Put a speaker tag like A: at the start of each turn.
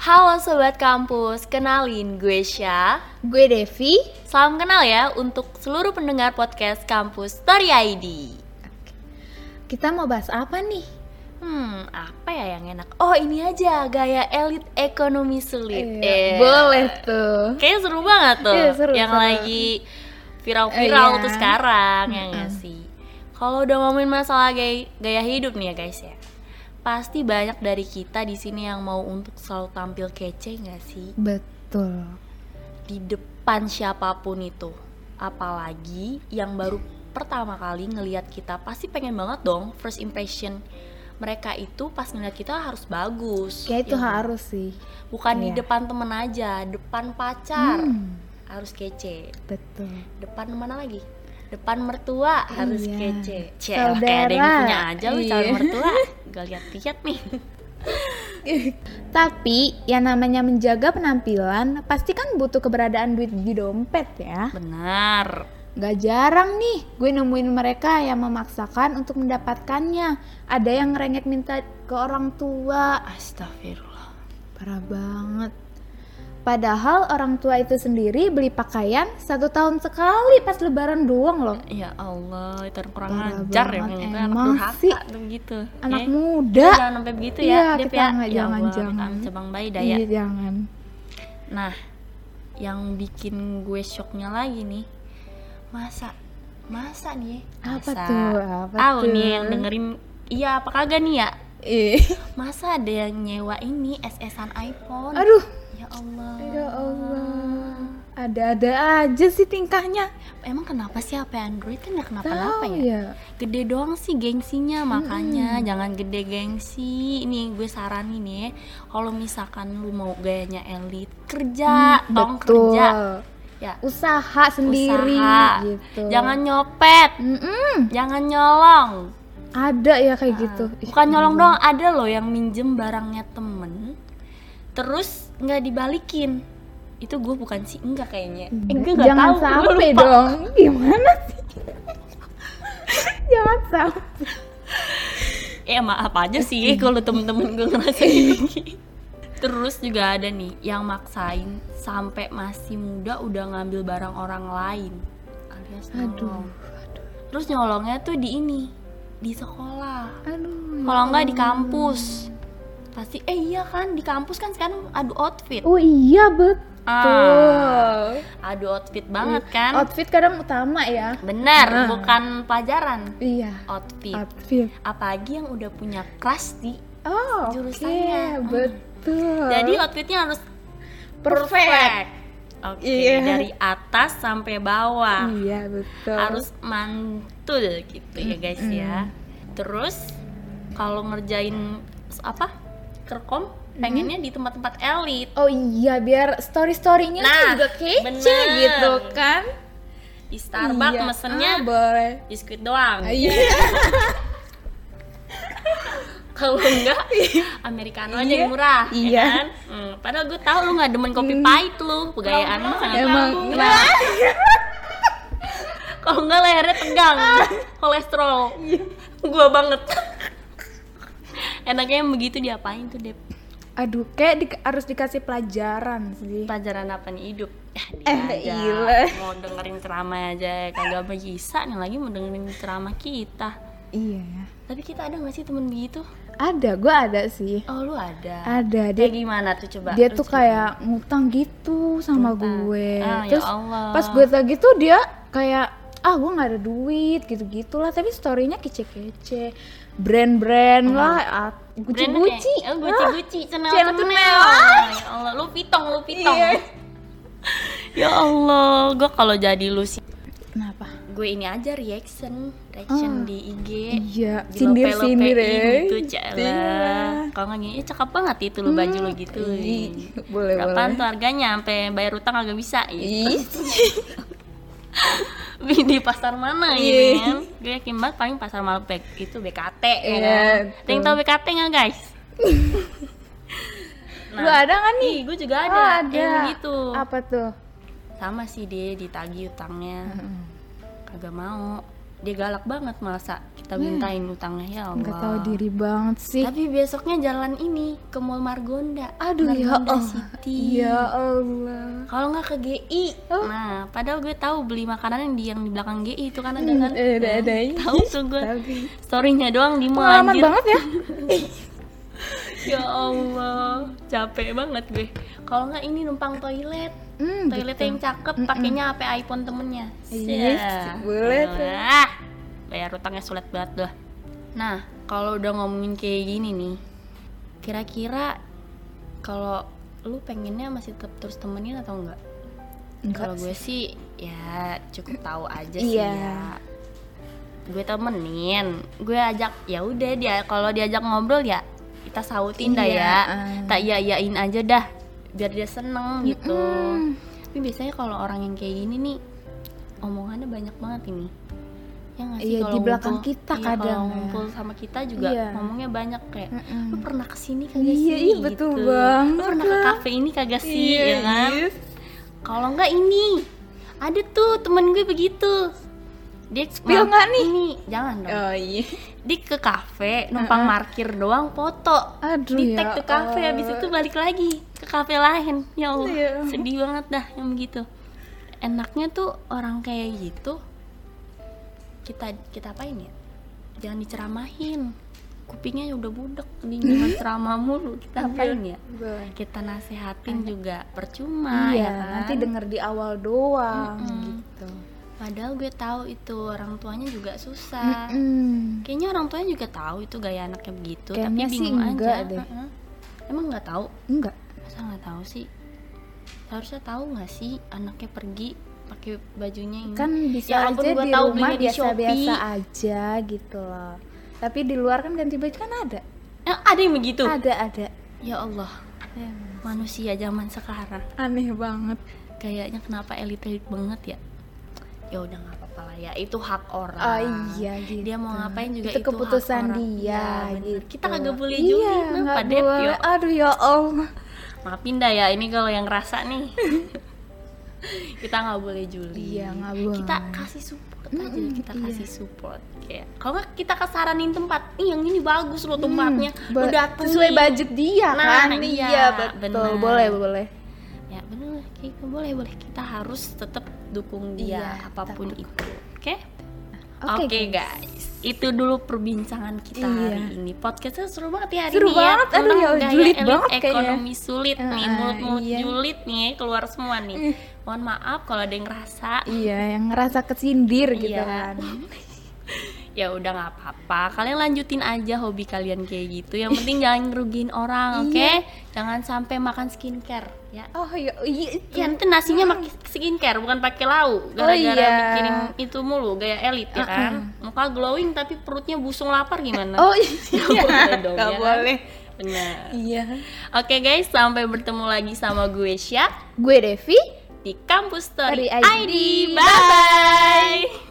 A: Halo Sobat Kampus, kenalin gue Syah
B: Gue Devi.
A: Salam kenal ya untuk seluruh pendengar podcast Kampus Story ID
B: Kita mau bahas apa nih?
A: Hmm, apa ya yang enak? Oh ini aja, gaya elit ekonomi sulit
B: Iya,
A: Eh,
B: Boleh tuh.
A: Kayaknya seru banget tuh
B: Iya, seru,
A: Yang
B: seru.
A: lagi viral-viral
B: Iya.
A: tuh sekarang, ya
B: Mm-mm.
A: nggak sih? Kalau udah ngomongin masalah gaya, gaya hidup nih ya guys ya Pasti banyak dari kita di sini yang mau untuk selalu tampil kece nggak sih?
B: Betul.
A: di depan siapapun itu apalagi yang baru pertama kali ngelihat kita pasti pengen banget dong first impression mereka itu pas ngeliat kita harus bagus
B: Kayak itu
A: ya kan?
B: harus sih.
A: bukan di
B: iya.
A: depan temen aja depan pacar
B: Hmm,
A: harus kece
B: betul.
A: depan mana lagi depan mertua harus
B: Iya.
A: kece Cek lah, kayak ada yang
B: Saudara.
A: punya aja lu calon
B: Iya.
A: mertua gak lihat-lihat nih
B: Tapi yang namanya menjaga penampilan pasti kan butuh keberadaan duit di dompet ya.
A: benar
B: Gak jarang nih gue nemuin mereka yang memaksakan untuk mendapatkannya. Ada yang ngerengek minta ke orang tua.
A: astagfirullah
B: Parah banget. Padahal orang tua itu sendiri beli pakaian satu tahun sekali pas lebaran doang loh.
A: Ya Allah, itu orang kurang
B: Parah
A: ajar ya
B: banget,
A: itu
B: emang
A: anak
B: sih.
A: durhaka tuh gitu.
B: Anak
A: ya.
B: muda.
A: Jangan sampai begitu ya,
B: Iya,
A: Dep
B: kita
A: ya.
B: nggak,
A: Ya
B: jangan,
A: Allah, minta
B: jangan.
A: amin cabang bayi dah ya.
B: Iya, jangan.
A: Nah, yang bikin gue shocknya lagi nih, masa masa nih ya?
B: Apa
A: masa.
B: tuh? Apa
A: Au
B: tuh?
A: nih yang dengerin, iya apa kagak nih ya?
B: Ih.
A: Masa ada yang nyewa ini SS-an iPhone?
B: Aduh,
A: Ya Allah.
B: ya Allah. Ada-ada aja sih tingkahnya.
A: Emang kenapa sih HP Android kan nggak kenapa-napa
B: Tahu
A: ya?
B: ya.
A: gede doang sih gengsinya makanya jangan gede gengsi ini gue saranin ya kalau misalkan lu mau gayanya elit kerja dong
B: Mm, Betul.
A: kerja ya
B: Usaha sendiri
A: usaha
B: gitu.
A: jangan nyopet
B: Mm-mm.
A: jangan nyolong
B: Ada ya kayak gitu. Ih,
A: Ah. bukan nyolong
B: Allah.
A: doang ada loh yang minjem barangnya temen terus nggak dibalikin itu gue bukan sih enggak kayaknya eh, gue nggak
B: Mm. Jangan
A: tahu gue
B: sampai
A: lupa.
B: dong. Gimana sih? jangan sampai.
A: ya maaf aja sih kalau temen-temen gue ngerasa
B: Iya.
A: gini terus juga ada nih yang maksain sampai masih muda udah ngambil barang orang lain alias
B: Aduh.
A: nyolong terus nyolongnya tuh di ini di sekolah
B: Aduh.
A: kalau nggak di kampus pasti eh iya kan di kampus kan sekarang adu outfit
B: Oh iya betul.
A: Ah, adu outfit banget
B: Iya.
A: kan
B: Outfit kadang utama ya.
A: bener bukan pelajaran
B: Iya.
A: outfit
B: Outfit.
A: apalagi yang udah punya crush di
B: Oh, oke,
A: Jurusannya. Hmm.
B: betul.
A: jadi outfitnya harus
B: perfect.
A: Oke,
B: Iya.
A: dari atas sampai bawah
B: Iya, betul.
A: Ah. harus mantul gitu ya guys
B: Hmm.
A: ya. Terus kalau ngerjain s- apa kerkom pengennya
B: Hmm.
A: di tempat-tempat elit.
B: Oh iya, biar story-storynya tuh
A: Nah,
B: juga kece
A: bener.
B: gitu kan.
A: Di Starbucks
B: Iya.
A: mesennya
B: Ah, boleh.
A: biskuit doang.
B: Ah, Iya.
A: Kalau enggak americano aja yang
B: Iya.
A: murah, ya
B: Iya. Hmm.
A: kan? Hmm, padahal gue tahu lu nggak demen kopi pahit lu, anu pegayaan lu sangat
B: Emang
A: bagus.
B: nah,
A: Kalau enggak lehernya tegang, kolesterol.
B: Iya.
A: Gua banget. Enaknya yang begitu diapain tuh, Dep?
B: aduh kayak di- harus dikasih pelajaran sih.
A: Pelajaran apa nih hidup?
B: Eh,
A: Aja,
B: iya.
A: Mau dengerin ceramah aja kagak bisa nih lagi mau dengerin ceramah kita.
B: Iya ya.
A: Tapi kita ada nggak sih temen begitu?
B: Ada, gue ada sih.
A: Oh, lu ada.
B: Ada, dia
A: Dia gimana tuh coba? Lu
B: dia tuh
A: ceritain.
B: kayak ngutang gitu sama
A: Ngutang.
B: gue
A: Ah, ya
B: terus
A: Allah.
B: pas gue lagi tuh dia kayak ah gue nggak ada duit gitu gitulah tapi storynya kece-kece brand-brand lah ah,
A: Brandnya
B: guci-guci
A: kayak- Oh, guci-guci, channel
B: channel
A: tuh
B: Chanel.
A: Ya Allah, lu pitong, lu pitong.
B: Iya.
A: ya Allah, gua kalau jadi lu sih
B: kenapa
A: gue ini aja reaction reaction
B: Ah,
A: di IG
B: iya,
A: di lope-lopein
B: sindir-sindir ya.
A: gitu celah
B: Iya. Hmm,
A: kalau nggak gini "Ih, cakep banget itu lu baju lu gitu
B: Ih, boleh
A: berapaan
B: boleh Iya.
A: tuh harganya sampai bayar utang agak bisa gitu.
B: Ih,
A: Wih, di pasar mana
B: Iya.
A: ini kan gue yakin banget paling pasar Malbek itu BKT ya
B: Iya,
A: kan
B: betul.
A: Ada yang tau BKT nggak guys
B: lu ada nggak nih
A: ih gue juga ada, ya,
B: Oh,
A: yang gitu. begitu
B: apa tuh Hmm.
A: sama sih dia ditagih utangnya kagak mau dia galak banget masa kita mintain utangnya ya Allah
B: Hmm. nggak tahu diri banget sih
A: tapi besoknya jalan ini ke Mall Margonda
B: aduh ya
A: Margonda
B: Allah
A: City
B: ya Allah
A: kalau nggak ke GI
B: Oh.
A: nah padahal gue tahu beli makanan yang di yang di belakang GI itu kan ada kan
B: eh, ada- ada
A: Nah,
B: aja.
A: tahu tuh gue
B: Tapi
A: storynya doang di mall
B: pengalaman
A: anjir.
B: banget ya
A: ya Allah capek banget gue kalau nggak ini numpang toilet
B: hmm,
A: toiletnya yang cakep pakainya HP iPhone temennya
B: Yes,
A: Syah.
B: boleh tuh.
A: Wah, bayar utangnya sulit banget dah nah kalau udah ngomongin kayak gini nih kira-kira kalau lu pengennya masih tetap terus temenin atau enggak
B: Enggak
A: kalau gue sih ya cukup tahu aja sih
B: Iya.
A: ya gue temenin gue ajak ya udah dia kalau diajak ngobrol ya kita sautin dah
B: Iya,
A: ya
B: eh.
A: tak iya iyain aja dah biar dia seneng gitu
B: Mm-mm.
A: tapi biasanya kalau orang yang kayak gini nih omongannya banyak banget ini ya nggak sih
B: Iya,
A: kalau
B: di belakang
A: ngumpul-
B: kita
A: iya,
B: kadang
A: kalau
B: ya.
A: ngumpul sama kita juga
B: Iya.
A: ngomongnya banyak kayak
B: Mm-mm.
A: lu pernah kesini kagak
B: Iya,
A: sih
B: iya, betul
A: Gitu.
B: banget
A: lu pernah ke
B: lah.
A: kafe ini kagak sih
B: Iya,
A: ya kan
B: yes.
A: kalau nggak ini ada tuh temen gue begitu dia
B: Spill
A: ma-
B: nggak nih?
A: ini jangan dong
B: oh iya
A: dia ke kafe numpang markir doang foto
B: Eh, Aduh,
A: di tag
B: ya
A: ke kafe habis itu balik lagi ke kafe lain ya Allah
B: Iya.
A: sedih banget dah yang begitu enaknya tuh orang kayak gitu kita kita apain ya jangan diceramahin kupingnya ya udah budek di ceramah mulu kita
B: Iya.
A: apain ya
B: Boleh.
A: kita nasehatin juga percuma ya
B: iya,
A: kan?
B: nanti denger di awal doang
A: Mm-mm.
B: gitu.
A: Padahal gue tahu itu orang tuanya juga susah.
B: Mm.
A: Kayaknya orang tuanya juga tahu itu gaya anaknya begitu,
B: Kayaknya
A: tapi
B: sih
A: bingung
B: enggak
A: aja.
B: deh.
A: Heeh. Emang nggak tahu?
B: Enggak.
A: Masa nggak tahu sih? Harusnya tahu nggak sih anaknya pergi pakai bajunya ini?
B: Kan bisa
A: Ya ampun,
B: aja
A: gua
B: di
A: tahu
B: rumah
A: belinya di
B: biasa-biasa
A: Shopee.
B: aja gitu loh. Tapi di luar kan ganti baju kan ada.
A: Eh, ada yang begitu.
B: Ada ada.
A: Ya Allah, manusia zaman sekarang
B: Aneh banget.
A: kayaknya kenapa elit-elit banget ya? Ya udah nggak apa-apa lah ya, itu hak orang.
B: Oh iya gitu.
A: dia mau ngapain juga
B: itu
A: itu
B: keputusan
A: hak orang.
B: dia
A: Iya, bener.
B: gitu.
A: Kita kagak boleh
B: iya,
A: juga
B: nggak
A: kenapa, Dep,
B: boleh.
A: yo?
B: Aduh ya Allah.
A: maafin dah ya ini kalau yang rasa nih kita nggak boleh juli
B: Iya, nggak boleh.
A: kita kasih support aja
B: Mm-mm,
A: kita
B: iya.
A: kasih support kayak kalau nggak kita kesaranin tempat nih yang ini bagus loh tempatnya lu
B: Ba-
A: dateng
B: sesuai
A: nih.
B: budget dia
A: Nah,
B: kan.
A: iya,
B: betul.
A: bener.
B: Boleh, boleh.
A: ya bener lah, kayak gitu. boleh boleh kita harus tetap dukung dia
B: Iya, Nah,
A: apapun itu oke
B: Oke,
A: guys itu dulu perbincangan kita hari
B: Iya.
A: ini podcastnya seru banget ya hari
B: Seru
A: ini ya
B: banget, aduh
A: tentang
B: ya,
A: gaya
B: julid
A: elit
B: banget kayaknya.
A: ekonomi sulit nih
B: Heeh,
A: mulut mulut
B: iya.
A: julid nih keluar semua nih mohon maaf kalau ada yang ngerasa
B: Iya, yang ngerasa kesindir gitu
A: Iya.
B: kan.
A: ya udah nggak apa-apa kalian lanjutin aja hobi kalian kayak gitu yang penting jangan ngerugiin orang oke
B: Iya.
A: jangan sampai makan skincare ya
B: Oh iya, iya itu.
A: Ya nanti nasinya pakai skincare bukan pakai lauk gara-gara
B: Hmm. iya. Hmm.
A: mikirin itu mulu gaya elit ya kan muka glowing tapi perutnya busung lapar gimana
B: Oh iya,
A: Nggak boleh dong,
B: Nggak
A: ya kan?
B: boleh.
A: benar
B: Iya.
A: oke guys sampai bertemu lagi sama gue Syah
B: Gue Devi.
A: di Kampus Story
B: Story
A: ID,
B: ID.
A: bye bye